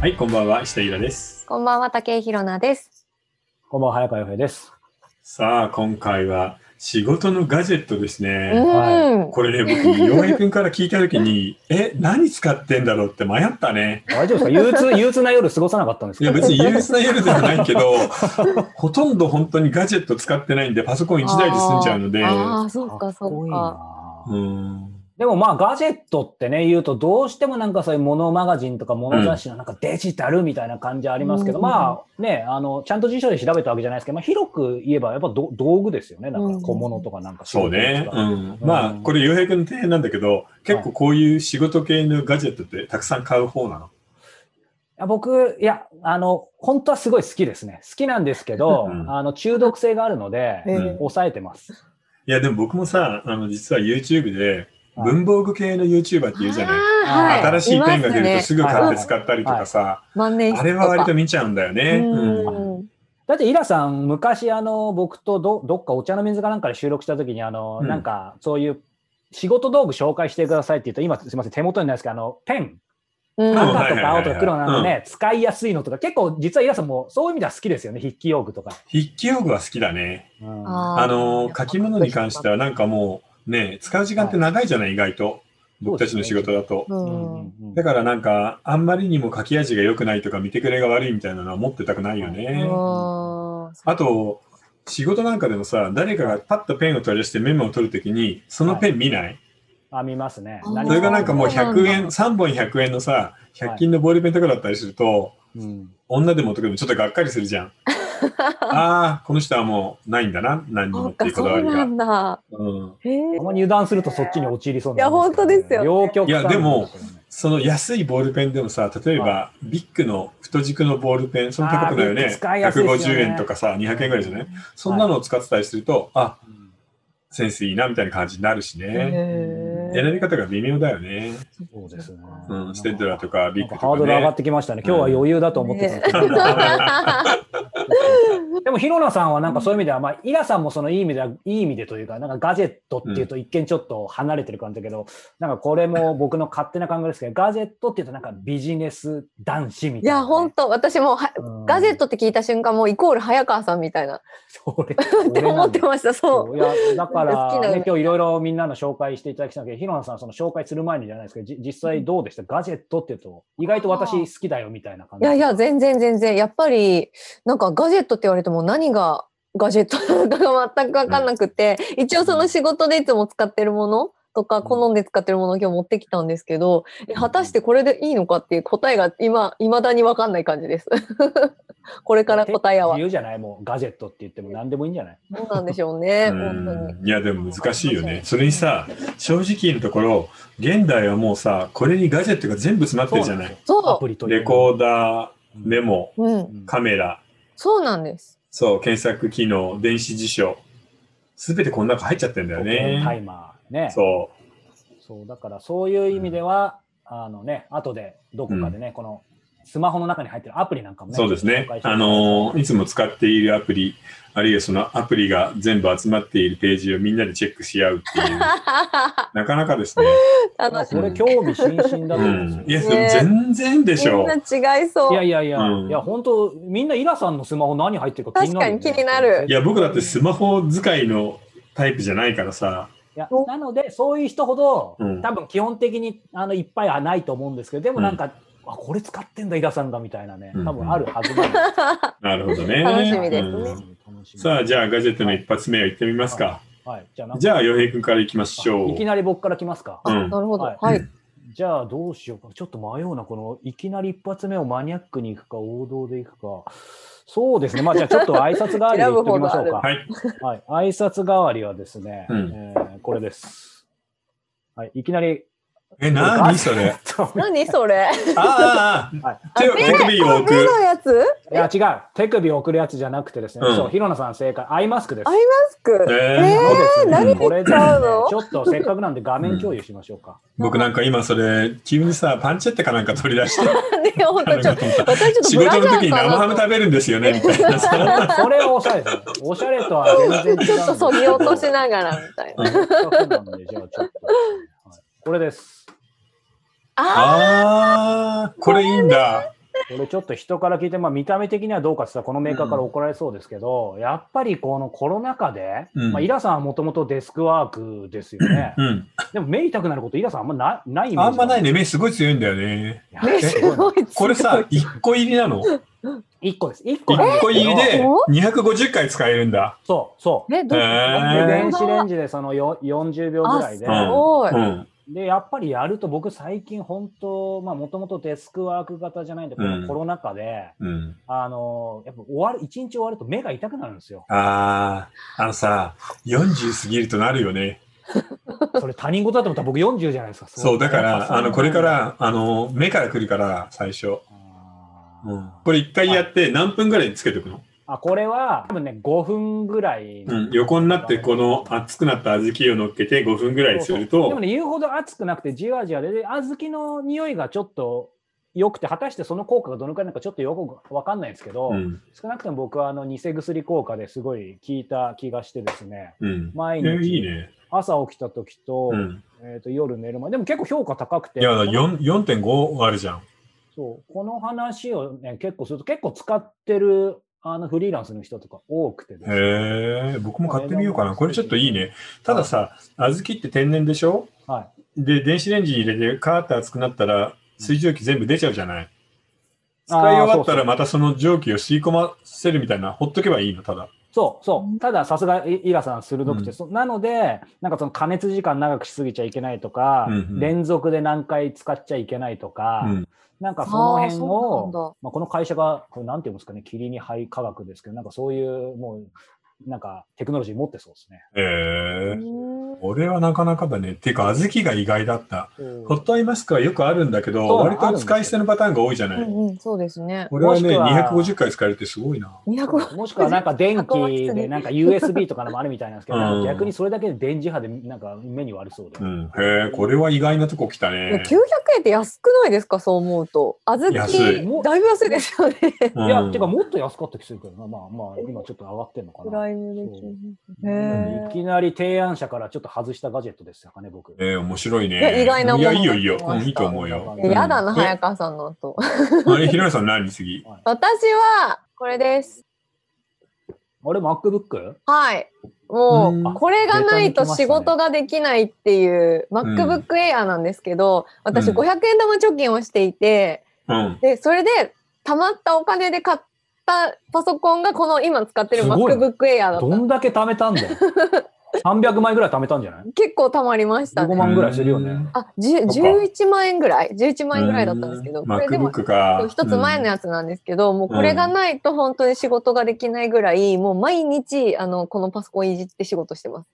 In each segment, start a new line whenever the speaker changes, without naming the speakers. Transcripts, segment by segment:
はい、こんばんは、下平です。
こんばんは、竹井ひろなです。
こんばんは、早川洋平です。
さあ、今回は仕事のガジェットです
う
ね。
ーん。
これね、僕、洋平君から聞いたときに、え、何使ってんだろうって迷ったね。
大丈夫ですか憂 鬱、憂鬱な夜過ごさなかったんです
いや、
か
別に憂鬱な夜ではないけど、ほとんど本当にガジェット使ってないんで、パソコン1台で済んじゃうので、
ああ、そうか、そ
っこ
う
いい
か。
な
うーん。
でもまあ、ガジェットってね、言うと、どうしてもなんかそういうモノマガジンとかモノ雑誌のなんかデジタルみたいな感じありますけど、
うん
まあね、あの、ちゃんと辞書で調べたわけじゃないですけど、まあ広く言えばやっぱど道具ですよね。なんか小物とかなんか
そうね。う
うん
ん。まあ、これ、洋平君の提案なんだけど、結構こういう仕事系のガジェットってたくさん買う方なの。
いや僕、いや、あの、本当はすごい好きですね。好きなんですけど、
うん
あの、中毒性があるの
え
で、
うん
ー
抑えてます。
いや、でも僕もさ、あの、実は YouTube で、
はい
文房具系の YouTuber って言うじゃない。
あーはい
新しいペンが出るとすぐ買
は
っ
い
て使ったりとかさ、
万年筆
あれ
と
は割と
か
見ちゃうんだよね。
う
うん
ん
だってイラさん、昔、あの、僕とどどっかお茶の水かなんかで収録した時に、あの、
うん
なんか、そういう仕事道具紹介してくださいって言うと、今、すみません、手元にないですけど、あの、ペン、
うん
ん
赤とか青とか黒なの
はいはいはい
ね、使いやすいのとか、結構、実はイラさんも、そういう意味では好きですよね、筆記用具とか。
筆記用具は好きだね。
うん
あ
あ
ー
の、書き物に関してはなんかもう、ね、使う時間って長いじゃない、意外と。僕たちの仕事だと。
う
うん
ん
だからなんか、あんまりにも書き味が良くないとか、見てくれが悪いみたいなのは持ってたくないよ
う
ね。
んうん
あと、仕事なんかでもさ、誰かがパッとペンを取り出してメモを取るときに、そのペン見ない
あ、見ますね。
あー
何
それがなんかもう
そうなんだ
100円、3本100円のさ、100均のボールペンとかだったりすると、
うん
女でも男でもちょっとがっかりするじ ゃん。ああ、この人はもうないんだな、何に
そ
もっ
う
てい
か、
うこ
そ
だわ
う
り
な
が。
んだ。
うん、
へえ
たまに油断するとそっちに陥りそうになりますから
いや本当ですよね
両極端
いやでも
ですよね
その安いボールペンでもさ、例えばビッグの太軸のボールペン、その高くないよ
あービッ
ね
グ。使いやすいですよね
150円とかさ、200円ぐらいじゃないそんなのを使ってたりすると、あ、
うん
センスいいなみたいな感じになるしね。
へえ
選び方が微妙だよね。
そうですね。
うん、ステッドラとかビッ
なん
グ
か
と
ハー
か
ドル上がっ
ね。
てきましたね。今日は余裕だと思ってた。でも、ひろなさんはなんかそういう意味では、まあ、イラさんもそのいい意味では、いい意味でというか、なんかガジェットっていうと一見ちょっと離れてる感じだけど、なんかこ れも僕の勝手な考えですけど、ガジェットっていうとなんかビジネス男子 み
い
たいなね、
や、本当私もは、
うん
ガジェットって聞いた瞬間、もうイコール早川さんみたいな。
それ、
って思ってました、そう。
そういやだか
好
ら、
きなの
ね、今日いろいろみんなの紹介していただきたいんだけど、ひろなさん、その紹介する前にじゃないですけど、じ実際どうでしたガジェットっていうと、意外と私好きだよみたいな感
い
じ。
やいや、全然全然。やっぱり、なんかガジェットって言われても何がガジェットなのかが全くわかんなくて、一応その仕事でいつも使ってるものとか、
ん
好んで使ってるものを今日持ってきたんですけど、え果たしてこれでいいのかっていう答えが今、未だにわかんない感じです。 これから答え合わ
言うじゃないもうガジェットって言っても何でもいいんじゃない
どうなんでしょうね、本当に。
うんいやでも難しいよね。それにさ、正直のところ、現代はもうさ、これにガジェットが全部詰まってるじゃない。
ア
そ
プリという
レコーダー、メモ、
う。うん。
うん
カメラ、
そうなん です。
そう、検索機能、電子辞書、すべてこの中入っちゃってんだよ
タイ
ね。
マーね。そう
そ
だからそういう意味では、あのね、後でどこかでね、このスマホの中に入ってるアプリなんかも
う、
ね、
そうですね
紹介し。て
あのーいつも使っているアプリ、あるいはそのアプリが全部集まっているページをみんなでチェックし合うっていう、なかなかですね。
まあ
楽し
こ
み。
れ興味津々だ
う
と思うん
ん。い
で
や、
す
でも全然でし
み
ょ
ん。な違いそう。
よ。いやいやいや、
うん
いや本当みんなイラさんのスマホ何入ってるか気になるよね、
確かに気になる
いや、僕だってスマホ使いのタイプじゃないからさ。
いやなので、そういう人ほど、
うん
多分基本的にあのいっぱいはないと思うんですけど、でもなんか、あこれ使ってんだ、イラさんがみたいなね、多分あるはずなんで
なるほどね。
楽しみですね
うん
楽しみ
さあ、じゃあガジェットの一発目をいってみますか。
はい、じゃあなんか
じゃあ、洋平君からいきましょう。
いきなり僕から来ますか。
う
あ
ん
なるほど。
は
はい
い。
うん
じゃあどうしようか。ちょっと迷うな。このいきなり一発目をマニアックに行くか、王道で行くか。そうですね。まあじゃあちょっと挨拶代わりで行っておきましょ
選
う
ぶ方が
か。
はい。
はい。挨拶代わりはですね、
うん
えーこれです。はい。いきなり。
え、なにそれ。
何それ
あーあー、
はい
あー手を手首を置
目
く。
のやつ
いや違う。手首を送るやつじゃなくてですね。
うん
そう、ひろなさん正解。アイマスクです。
アイマスク。
えー
え
そうですね
何
これで
使う
すね
の
ちょっとせっかくなんで画面共有しましょうか。
僕なんか今それ、急にさ、パンチェッテかなんか取り出して、
ね、本 当ちょっと、私ち
仕
ょっと
事の
ブラジャ
時
ー
に生ハ
か
ム
な
食べるんですよね、みたいなさ。
それをおしゃれですね。おしゃれとは全然違うんで す
ち
け
ょ
ど
っとそぎ落としながらみたいな。
せっかくなんで、じゃあちょっと、はいこれです。
あ
あ
あ、これいいんだ。
これちょっと人から聞いて、まあ、見た目的にはどうかって言ったら、このメーカーから怒られそうですけど、やっぱりこのコロナ禍で、
うん
まあ、イラさんはもともとデスクワークですよね。
うん。
でも目痛くなること、イラさんあんまなないイメージ
あんまない
ね。
ね。目すごい強いんだよね。
いや
ね
す
す
ごいな
ごい。
これさ、1個入りなの。1
1個です。1個なんですけ
個
ど
入りで250回使えるんだ。
そう、そう。
え、どう
えー
電子レンジでそのよ40秒ぐらいで。
あすごい。
うん。
で、やっぱりやると僕最近本当、まあもともとデスクワーク型じゃないんだけど、
うん
コロナ禍で、
うん。
あの、やっぱ終わる、一日終わると目が痛くなるんですよ。
ああ、あのさ、40過ぎるとなるよね。
それ他人事だと思ったら僕40じゃないですか。
そう、だから、あの、これか。
やっぱ
ら、あの、目から来るから、最初。
そうなん
う
だ
ん。これ一回やって、何分ぐらいにつけておくの
あ、これは多分ね、5分ぐらい。
うん。横になって、この熱くなった小豆を乗っけて5分ぐらいする
でも
と、
ね、言うほど熱くなくてじわじわで、で小豆の匂いがちょっと良くて、果たしてその効果がどのくらいなのかちょっとよくわかんないんですけど、
うん。
少なくとも僕はあの偽薬効果ですごい効いた気がしてですね、
うん。
毎
え
日
いいね。
朝起きた時と,、
うん。
えーと夜寝る前、でも結構評価高くて、
いや、だから
この
4 4.5あるじゃん。
そうこの話を、ね、結構すると、結構使ってるあのフリーランスの人とか多くてですね
へえ、僕も買ってみようかな。これちょっといいね。たださ、小豆って天然でしょ
は
で、電子レンジに入れて、カーって熱くなったら、水蒸気全部出ちゃうじゃない。
あ
使
ー
い終わった
そうそ
ら、
う
またその蒸気を吸い込ませるみたいな、ほっとけばいいの、ただ。
そうそう、たださすがイイラさん鋭くて、
うん
そなので、なんかその加熱時間長くしすぎちゃいけないとか、
うんうん
連続で何回使っちゃいけないとか、
うん
なんかその
あー
辺
そうなん
を、
だ。
まあ、この会社が、これなんていうんですかね、霧に肺科学ですけど、なんかそういう、もう、なんかテクノロジー持ってそうですね。
へえ。
う
俺はなかなかだね。ていうか、小豆が意外だった。ホットアイマスクはよくあるんだけど、
そう
割
あ
と
るんですよ
使い捨てのパターンが多いじゃない。
んうん、そうですね。
これはね、
もしくは
250回使えるってすごいな。
250
もしくはなんか電気で、なんか USB とかのもあるみたいなんですけど、
うん
逆にそれだけで電磁波でなんか目に悪そうで。
うん。へえ、これは意外なとこ来た
いや
ね。
900円って安くないですかそう思うと。小豆
安
い
だいぶ安いですよね。
うん
いや、てかもっと安かった気するけどな、まあまあ、今ちょっと上がってんのか
プ
な。
ライムで900
うんい
円。へ
きなり提案者からちょっと外したガジェットですよね、僕。
えー、面白いね。
いや意外なも
い
の
や、いいよいいよ。
が
う
出てき
ん、いい
ました
と思うよ。
え
うん
やだな、
え
早川さんのと
あれ、ひろやさん何次
私は、これです。
あれ、MacBook?
はい。
うん
もう、これがないと仕事ができないっていう、
ん
MacBook Air なんですけど、私
うん
500円玉貯金をしていて、
うん。
で、それで、貯まったお金で買ったパソコンがこの今使ってる
すごいな
MacBook Air だった。
どんだけ貯めたんだ よ。300枚ぐらい貯めたんじゃない
結構貯まりましたね
?15。万ぐらいするよね。
あ、じゅ
そっか
11万円ぐらい ?11 万円ぐらいだったんですけど、これでも
MacBook か。
一つ前の
や
やつなんですけど、もうこれがないと本当に仕事ができないぐらい、もう毎日、あの、このパソコンいじって仕事してます。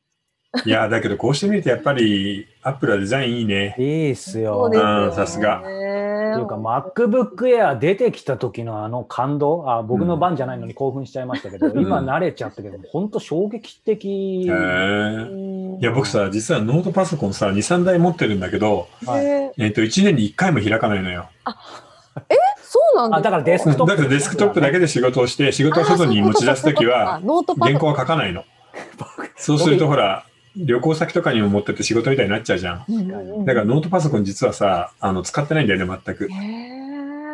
いや、だけどこうしてみるとやっぱり、アップルはデザインいいね。
いいっすよ。
そうです
っ
よ
う
ね。
んさすが
ていうか、MacBook Air 出てきた時のあの感動、あ僕の番じゃないのに興奮しちゃいまし たけど、
ん
今慣れちゃったけど、本当衝撃的
へ。
う
え。
ん
いや、僕さ、実はノートパソコンさ、2、3台持ってるんだけど、
はい
へー
えっと、1年に1回も開かないのよ。
そうなんです
あだからデス
う
ク
ん
トップ。
だけどデスクトップだけで仕事をして、仕事は外に持ち出すときは、
ノートパソ
原稿
コン
は書かないの。そうするとほら、旅行先とかにも持ってって仕事みたいになっちゃうじゃん。
うんうんうん
だからノートパソコン実はさ、あの、使ってないんだよね、全く。
へ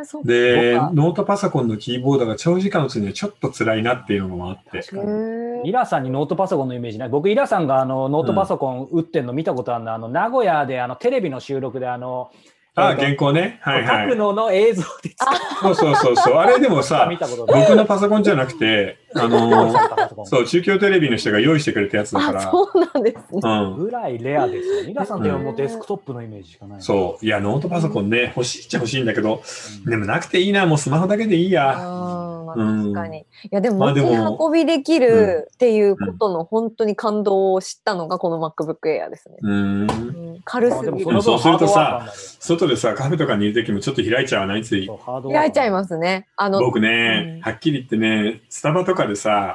ーそっか
で、
そっか
ノートパソコンのキーボードが長時間打つにはちょっと辛いなっていうのもあって。
確かに
へー
イラさんにノートパソコンのイメージない。僕、イラさんがあのノートパソコン打ってんの見たことあるの、あの、名古屋であのテレビの収録であの、
ああ、
えーと
原稿ね。はいは
書く
い。
のの映像で使っ
そうそうそうそう。あれでも
た
さ
見、たことない。
僕のパソコンじゃなくて、あ
用意
の
さ
ー
れたパソコン
そう、中京テレビの人が用意してくれたやつだか
あ、
ら。
そうなんですね。
うん。
ぐらいレアですよね。イラさんではもうデスクトップのイメージしかない。
そう。いや、ノートパソコンね、欲しいっちゃ欲しいんだけど、
うん
でもなくていいな、もうスマホだけでいいや。
あー
う
まあ
ん
確かに。いやでも
まあ
持
で
ち
も
運びできるっていうことの本当に感動を知ったのがこの MacBook Air ですね。
うーん。
うん軽
あ
す
でも
ぎ
そ
る。
の分ハードワーク
外でさ、カフェとかにいるときもちょっと開いちゃわないつい
なんだよ、。
開いちゃいますすね。あの、
僕ね、
うん
はっきり言ってね、スタバとかでさ、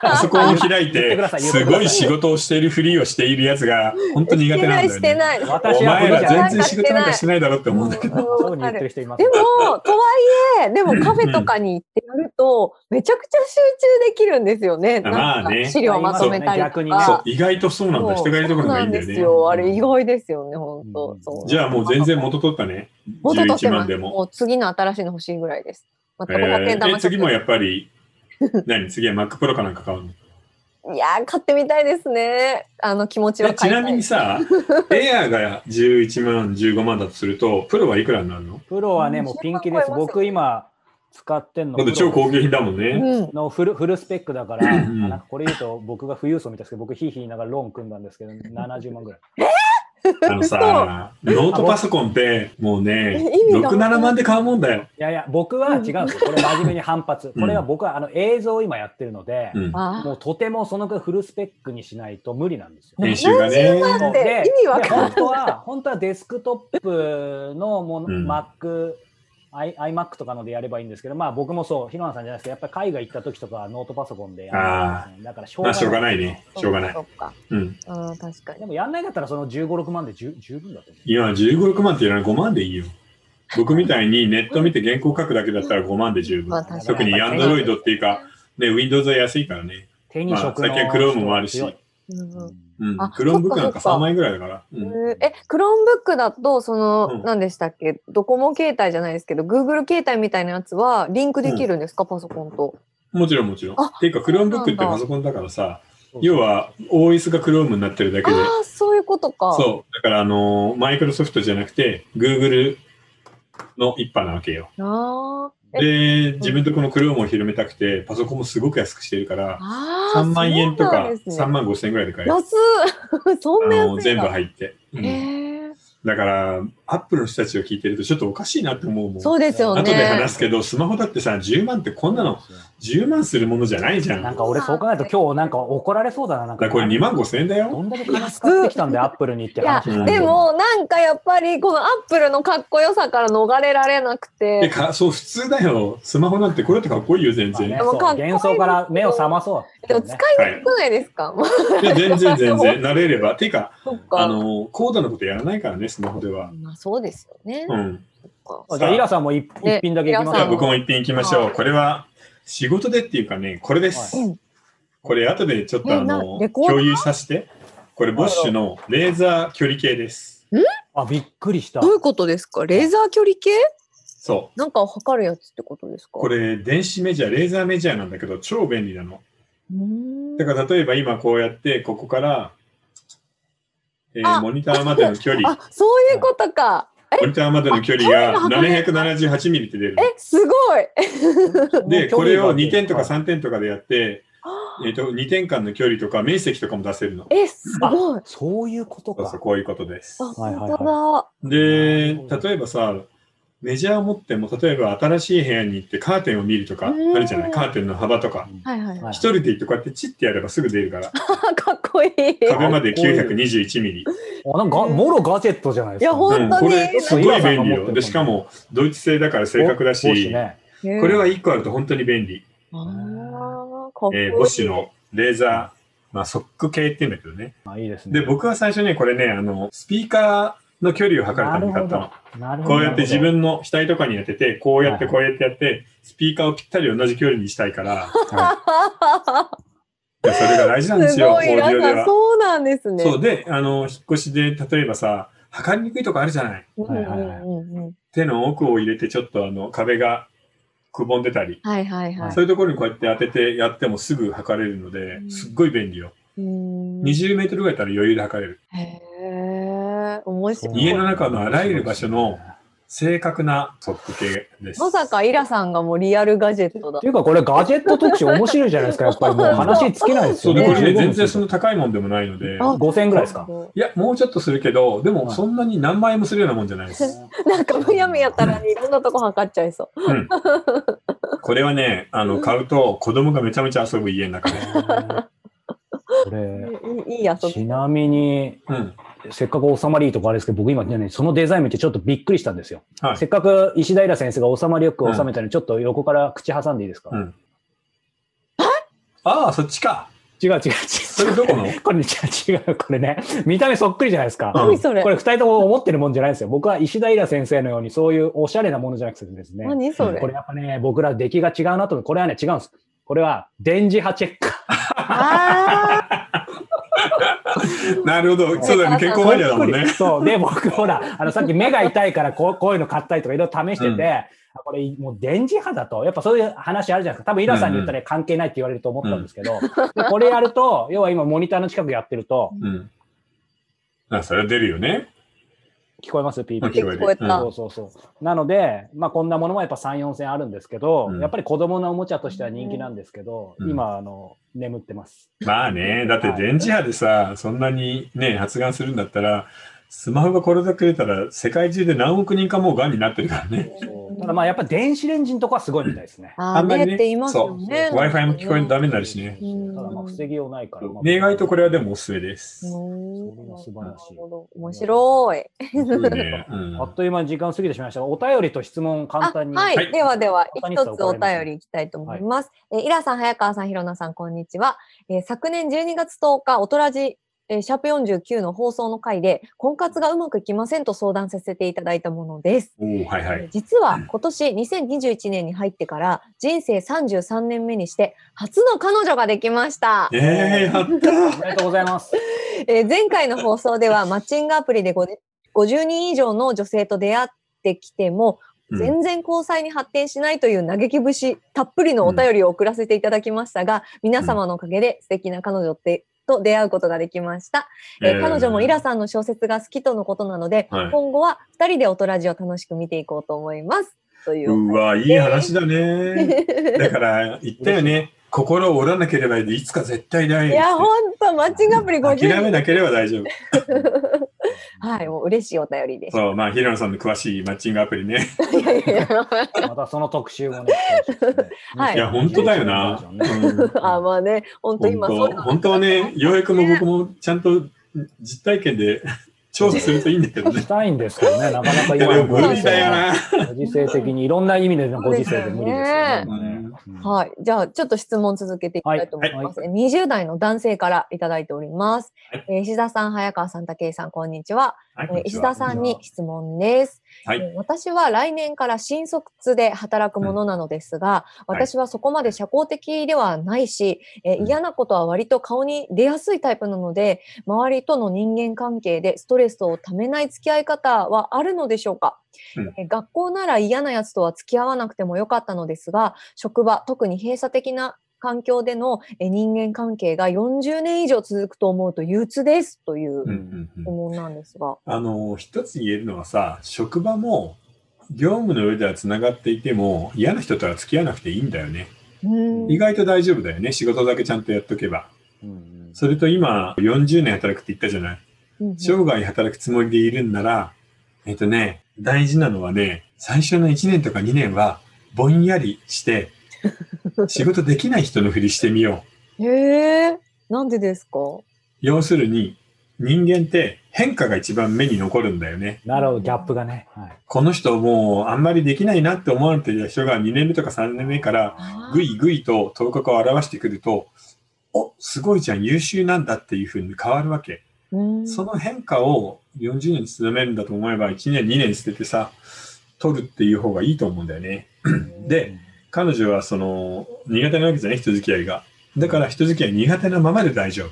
パソコンを開い
言って
て
ください言って
す
くださ
ご
い
い仕事をしているふりをしているやつが本当に苦手なんだよ、ね、
してない、してない。
私
お
はこ
前
れじゃな
ら
い。
全然仕事なんかしてないだろって思うんだけど。
そういうふうに言ってる人いま
で。
す
も、とはいえ、でもカフェとかに行ってやると、めちゃくちゃ集中できるんですよね。
あまあね
なんか資料まとめたり
逆
と
にね
そう
か。
意外とそうなんだ。人がいるところの方がいいんだよ
そうなんで
ね
す。よ。あれ意外ですよね、本
う
当
ん。
そう
じゃあもう全然元取ったね。
元取って
11
ま
万
す。
でも。
もう次の新しいの欲しいぐらいです。ま
え
た500円
ー
玉
え次もやっぱり、 何次は Mac Pro かなんか買う の
いやー、買ってみたいですね。あの気持ちは
え
買
ち
いた。
ないみにさ、Air が11万、15万だとすると、プロはいくらになるの
プロはね、もうピンキリです。
うん
僕今使ってんの
だっ。て超高級品だもんね。
うん。
のフルフルスペックだ から、あ
ん
なんかこれ言うと僕が富裕層みたいですけど、僕ヒーヒー言いながらローン組んだんですけど、70万ぐらい。
あのさ、ノートパソコンってもうね、
意味
6、
が
7万で買うもんだよ。
いやいや、僕は違うんですよ。これ真面目に反発。これは僕はあの映像を今やってるので、
うん
あ
もうとてもそのくらいフルスペックにしないと無理なんですよ。
編集がね。
だって
で
意味わかんない
で本当は、本当はデスクトップのもの、
うん
Mac、I- iMac とかのでやればいいんですけど、まあ僕もそう、ひろなさんじゃないですけど、やっぱり海外行った時とかはノートパソコンでやるんですねだからしょう
まあ
がない。
しょうがないね。
あ。
しょうがない
そ。っか。
うん。
うん、確かに
で。もやんないんだったらその15、6万で十十分だと思う。
今15、6万って言わない5万でいいよ。僕みたいにネット見て原稿書くだけだったら5万で十分。
まあ確か
特に Android っていうか、ね、Windows は安いからね。
手に
まあ、
職の、
最近は Chrome もあるし
強い。
うん
う
うん
ん
うん、
あ
Chromebook なんか
そっかそっか
3枚ぐらいだから。う
え
ん
ーえ、クローンブックだと、その、
うん
何でしたっけ、ドコモ携帯じゃないですけど、Google 携帯みたいなやつはリンクできるんですか、パソコンと。
もちろんもちろん。
あ
っていうか
そう
Chromebook
な
っ
ん
て
だ
パソコンだからさ
そう、
要は OS が Chrome になってるだけで。
ああ、そういうことか。
そう。だからあのー、マイクロソフトじゃなくて Google の一派なわけよ。
あー
で、
え
自分とこの Chrome を広めたくて、パソコンもすごく安くしてるから、
あー
3万円と
そう
か
なんですね
3万5千円ぐらいで買える。
安っそんな
あ
安い
の
んだ
全部入って、うん
へー
だからアップルの人たちを聞いてるとちょっとおかしいなって思うもん
そうですよね。
後で話すけどスマホだってさ10万ってこんなの10万するものじゃないじゃんだ
なん
か
か俺そう考えると今日なんか怒られそうだな。なんから
これ2万5千円だよ
どんだけ金使ってきたんで、アップルにって
いや
話になるけど
で、もなんかやっぱりこのアップルのかっこよさから逃れられなく
で
て
かそう普通だよスマホなんてこれってかっこいいよ全
まあね
然、
でも
そう幻想から目を覚まそう
でも使いにくくないですか、
いや全然全然慣れればていうか
そっか
あの高度なことやらないからねスマホでは
まあそうですよね、
うん
そっか
あじゃあ、イラさんも一
ね
一品だけいきま
じ
す
ゃあ
イラ
僕
さ
か。
も一品いきましょうこれは仕事でっていうかねこれです、
はい
これ後でちょっとあ
えな
の
レコーダー
共有させてこれボッシュのレーザー距離計です
あ、びっくりした
ど。ういうことですかレーザー距離計
そう
なんかを測るやつってことですか
これ電子メジャーレーザーメジャーなんだけど超便利なの
うーん
だから例えば今こうやってここから、えー
あ
モニターまでの距離
あそういうことか
モニターまでの距離
あ
が
そういう
778ミリって出る
えすご い
でこれを2点とか
点。
3点とかでやって、えー、と2点間の距離とか面積とかも出せるの
えすごい
そういうこと
そうそう
か。
こういうことです
あ
はいはいはい
本当だ
で
なるほど
例えばさメジャーを持っても例えば新しい部屋に行ってカーテンを見るとかあ
うん
るじゃないカーテンの幅とか
はいはい
はい
一人で行ってこうやってチッてやればすぐ出るから
あ かっこいい
壁まで921ミリ
あ、なんか、もろガジェットじゃないですか。
いやほん
うん、これすごい
そ
便利
う今さんが持ってる
よでしかもドイツ製だから正確だし
帽子ね
これ
は
は1個あると本当に便利、
あーかっこいい
えーボッシュ のレーザーまあ、ソック系って言うんだけどね。
あいいですね。
で、僕は最初ね、これね、あの、スピーカーの距離を測るために買った
な
の。
なるほど。
こうやって自分の額とかに当てて、こうやって
はい
こうやってやって、スピーカーをぴったり同じ距離にしたい から、でそれが大事なんです
す
よ、オ
ご
ーディ
いな
オ
ん
で
か
は。
そうなんですね
そう、で、あの、引っ越しで、例えばさ、測りにくいとこあるじゃない。
うんうんうんうん
手の奥を入れて、ちょっとあの、壁がくぼんでたり、
はいはいはい
そういうところにこうやって当ててやってもすぐ測れるので
う、ん
すっごい便利よ。
うーんへ
20メートルぐらいだったら余裕で測れる。
え面白い
家の中のあらゆる場所の正確なソック系です。
まさかイラさんがもうリアルガジェットだ
っていうか、これガジェット特集面白いじゃないですか。 やっぱりもう話つけないです
そ
よ
うで、こ
ね。
れね、
15分
全然その高いもんでもないので、
あ
5000ぐら いですか。
いや、もうちょっとするけど、でも
はい
そんなに何万円もするようなもんじゃない です。
なんかむやみやったらいろんなとこ測っちゃいそう
うん、これはね、あの、買うと子供がめちゃめちゃ遊ぶ家の中で。
こ れ、
いいいい遊
ち
び
なみに、
うん。
せっかく収まりいいとこあれですけど、僕今ね、そのデザイン見てちょっとびっくりしたんですよ。
はい
せっかく石平先生が収まりよく収めたのに、ちょっと横から口挟んでいいですか、
うんああ、そっちか。
違う違う違う。
それどこの
これね違う違う。これね、見た目そっくりじゃないですか。
うん
何それ
これ二人とも思ってるもんじゃないですよ。僕は石田イラ先生のようにそういうおしゃれなものじゃなくてですね。
何それ
これやっぱね、僕ら出来が違うなと思う。これはね、違うんです。これは、電磁波チェッカー。
あ
なるほど。そうだよね。健康マニアだもんね。
そう。で、僕、ほら、あの、さっき目が痛いからこう、こういうの買ったりとかいろいろ試してて、
うん
あこれ、もう電磁波だと、やっぱそういう話あるじゃないですか。多分、イラさんに言ったらね関係ないって言われると思ったんですけど、でこれやると、要は今、モニターの近くやってると、
うん。あ、それは出るよね。
聞こえます
あ
?PP
聞こえる聞こえた
そうそうそう。なので、まあ、こんなものもやっぱ3、4線あるんですけど、
うん
やっぱり子供のおもちゃとしては人気なんですけど、
うん
今、あの、眠ってます。
まあね、だって電磁波でさ、そんなにね、発がんするんだったら、スマホがこれだけ出たら、世界中で何億人かもうがんになってるから ね。
そうただ、まあ、やっぱ電子レンジのとこはすごいみたいですね。
ああ
んまり
ねって言いますよね。
そう Wi-Fi も聞こえるとダメになるしね。
うん
ただ、まあ、防ぎようないから。まあ
ね意外とこれはでもおすすめです。
うん
それは素晴らし
な
い
るほど面白い。
いいね。 うん
あっという間に時間過ぎてしまいましたがお便りと質問簡
あ
単に。
はい、
はい
ではでは
簡単に
一つお便りいきたいと思います。えーイラさん、早川さん、ひろなさん、こんにちは。えー昨年12月10日、おとらじ、えーシャープ49の放送の回で、婚活がうまくいきませんと相談させていただいたものです。
おーはいは
えー
い。
実は今年2021年に入ってから人生33年目にして初の彼女ができました。
えー、やった
ありがとうございます。
えー前回の放送で はマッチングアプリで50 50人以上の女性と出会ってきても、
うん
全然交際に発展しないという嘆き節たっぷりのお便りを送らせていただきましたが、皆様のおかげで素敵な彼女ってと出会うことができました、えー彼女もイラさんの小説が好きとのことなので、
はい
今後は2人で音ラジオを楽しく見ていこうと思いますという
うわ、いい話だ ね。だから、言ったよね。心を折らなければいいで、いつか絶対ない。
いやほんとマッチングアプリ50
諦めなければ大丈夫。
はいもう嬉しいお便りです
そう、まあ、平野さんの詳しいマッチングアプリね。
いやいやいや
またその特集もね。
はい
いや、本当だよな。うん
あまあね本当今そう
本
いう
当
の
本当はね、ようやくも僕もちゃんと実体験 で調査するといいんだけどね
し。たいんですけどね、なかなか
いや
今
で
の
も無理だよな。
ご時世的にいろんな意味でのご時世で無理ですよね
そうですよね。
今ね
はい。じゃあ、ちょっと質問続けていきたいと思います。20代の男性からいただいております。
はい
えー石田さん、早川さん、武井さん、こんにちは。
はい
えー石田さんに質問です、
はい
えー私は来年から新卒で働くものなのですが、
うんはい
私はそこまで社交的ではないし、えー
うん
嫌なことは割と顔に出やすいタイプなので、周りとの人間関係でストレスをためない付き合い方はあるのでしょうか、
うん
えー学校なら嫌なやつとは付き合わなくてもよかったのですが、職場、特に閉鎖的な環境でのえー人間関係が40年以上続くと思うと憂鬱ですという
うんうんうん
質問なんですが。
あの、一つ言えるのはさ、職場も業務の上ではつながっていても嫌な人とは付き合わなくていいんだよね。
うん
意外と大丈夫だよね。仕事だけちゃんとやっとけば。
うん
それと今、40年働くって言ったじゃない。
うん
生涯働くつもりでいるんなら、えっとね、大事なのはね、最初の1年とか2年は、ぼんやりして、仕事できない人のふりしてみよう。
へえ、なんでですか。
要するに、人間って変化が一番目に残るんだよね。
なるほど、ギャップがね。はい
この人もうあんまりできないなって思われていた人が2年目とか3年目から、ぐいぐいと頭角を現してくると、お、すごいじゃん、優秀なんだっていうふうに変わるわけ。
うん
その変化を40年勤めるんだと思えば、1年、2年捨ててさ、取るっていう方がいいと思うんだよね。で、彼女はその、苦手なわけじゃない、人付き合いが。だから人付き合い苦手なままで大丈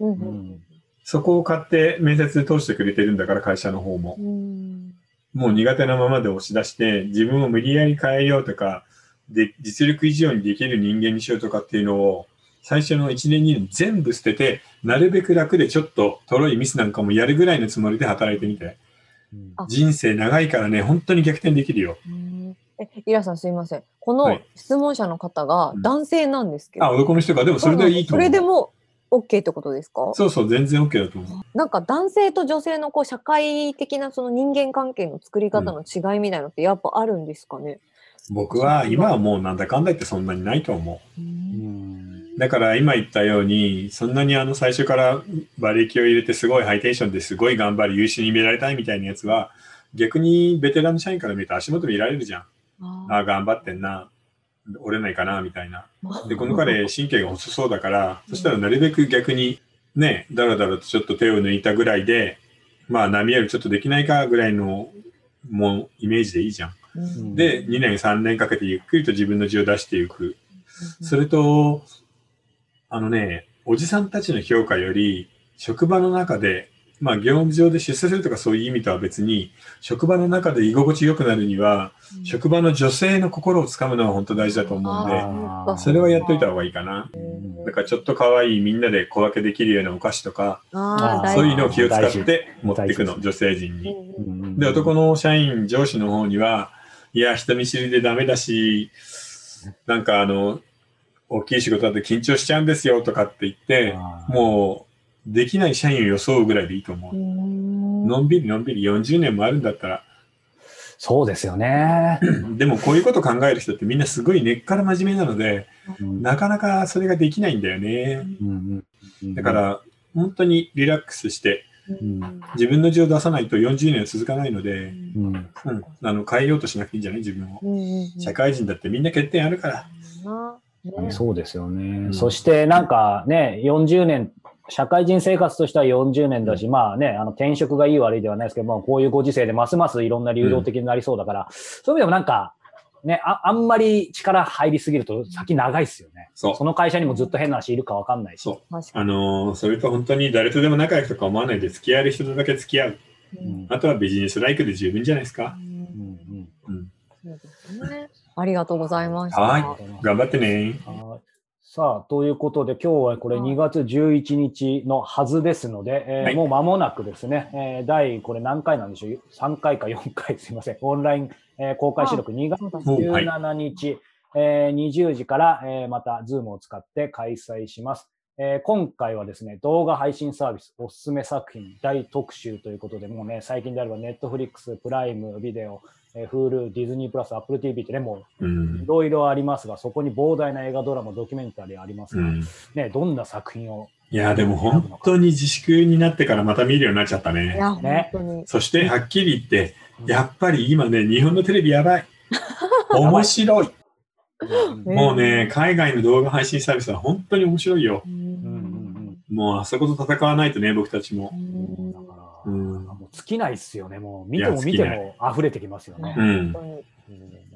夫。
うん
う
うん
ん
そこを買って面接で通してくれてるんだから、会社の方も。
うん
もう苦手なままで押し出して、自分を無理やり変えようとか、で、実力以上にできる人間にしようとかっていうのを、最初の1年2年全部捨てて、なるべく楽でちょっと、とろいミスなんかもやるぐらいのつもりで働いてみて。
うん
あ
人生長いからね、本当に逆転できるよ。
うんえ、イラさんすいません。こ
は
の
い
質問者の方が
うん
男性なんですけど。
あ、男の人が、でもそれでいいと
そ
思う。
れでも OK ってことですか
そうそう、全然 OK だと思
なんか男性と女性のこう社会的なその人間関係の作り方の違いみたいのってやっぱあるんですかね、
う。僕は、今はもうなんだかんだ言ってそんなにないと思
う
うんん
う。だから今言ったように、そんなにあの最初から馬力を入れてすごいハイテンションですごい頑張り優秀に見られたいみたいなやつは、逆にベテランの社員から見ると足元見られるじゃん。
あー
あ、頑張ってんな。折れないかなみたいな。で、この彼、神経が細そうだから、そしたらなるべく逆に、ね、だらだらとちょっと手を抜いたぐらいで、まあ、波よりちょっとできないかぐらいの、もう、イメージでいいじゃん。
うん
で、2年、3年かけてゆっくりと自分の字を出していく。それと、あのね、おじさんたちの評価より、職場の中で、まあ業務上で出世するとかそういう意味とは別に、職場の中で居心地良くなるには、職場の女性の心をつかむのは本当大事だと思うん
あ
で、
ー
それはやっといた方がいいかな。だからちょっと可愛いみんなで小分けできるようなお菓子とか、
ああ、
あー
大
そういう
事。
のを気を使って持っていく
大
の、
事
女性陣に。
うんうん
で
で、男の社員、上司の方には、いや、人見知りでダメだし、なんかあの、大きい仕事だと緊張しちゃうんですよとかって言って、もう、できない社員を装うぐらいでいいと思
う
う。
ん
のんびりのんびり40年もあるんだったら、
そうですよね。
でもこういうこと考える人ってみんなすごい根っから真面目なので、
うん
なかなかそれができないんだよね。
うんうん
だから、本当にリラックスして、
うん
自分の字を出さないと40年続かないので、
うん
うん、あの変えようとしなくていいんじゃない自分を。
うんうんうん
社会人だってみんな欠点あるから。
なね
そうですよね、
うん
そしてなんかね、40年、社会人生活としては40年だし、まあね、あの転職がいい悪いではないですけど、まあ、こういうご時世でますますいろんな流動的になりそうだから、そういう意味でもなんか、ねあ、あんまり力入りすぎると先長いですよね。
そう
その会社にもずっと変な話いるかわかんないし。
そう。
確か
あのーそれと本当に誰とでも仲良くとか思わないで、付き合える人とだけ付き合う。
に。
うん
あとはビジネスライクで十分じゃないです
う
か。
うんん
うん。
そうですねありがとうございました。
はい
うん
頑張ってね。
はいさあ、ということで、今日はこれ
はい
2月11日のはずですので、えー
はい
もう間もなくですね、えー第、これ何回なんでしょう ?3 回か4回、すいません。オンライン、えー公開収録2月
そうだね
おはい
17日、えー20時から、えーまた Zoom を使って開催します。えー今回はですね、動画配信サービスおすすめ作品大特集ということで、もうね、最近であれば Netflix、プライム、ビデオ、えー Hulu、ディズニープラス、Apple TV ってね、もう
う
い
ん。
ろいろありますが、そこに膨大な映画、ドラマ、ドキュメンタリーあります
う
が、
ん、
ね、どんな作品を、
いや、でも本当に自粛になってからまた見るようになっちゃった
い
ね。
や、本当に。
そして、はっきり言って、やっぱり今ね、日本のテレビやばい。面白い。
ね
もうね、海外の動画配信サービスは本当に面白いよ。
う
うんうん
ん
もうあそこと戦わないとね、僕たちも。
うんだか
う
ら、
ん。
もう尽きないっすよね、もう見て
いや
も見
尽き
て
ない
も溢れてきますよね
う。ん
本当。に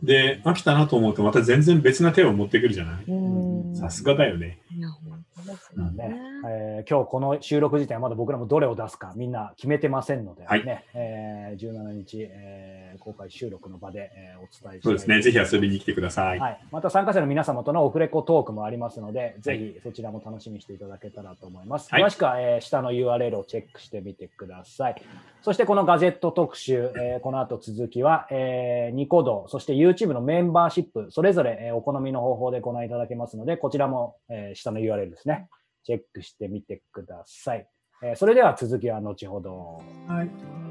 で、飽きたなと思うとまた全然別な手を持ってくるじゃない
うん
さすがだよね。
いや、本当です
う
よ
ん
ね
ね。
えー今日この収録自体はまだ僕らもどれを出すかみんな決めてませんので、
はい
ねえー17日、えー公開収録の場で、えーお伝えし
そうですね。ぜひ遊び
に、
に来てください。
はい、また参加者の皆様とのオフレコトークもありますので、ぜひそちらも楽しみにしていただけたらと思います。
はい
詳しくは、えー下の URL をチェックしてみてください。そしてこのガジェット特集、えーこの後続きは、えーニコ動、そして YouTube のメンバーシップ、それぞれ、えーお好みの方法でご覧いただけますので、こちらも、えー下の URL ですね。チェックしてみてください。えーそれでは続きは後ほど。
はい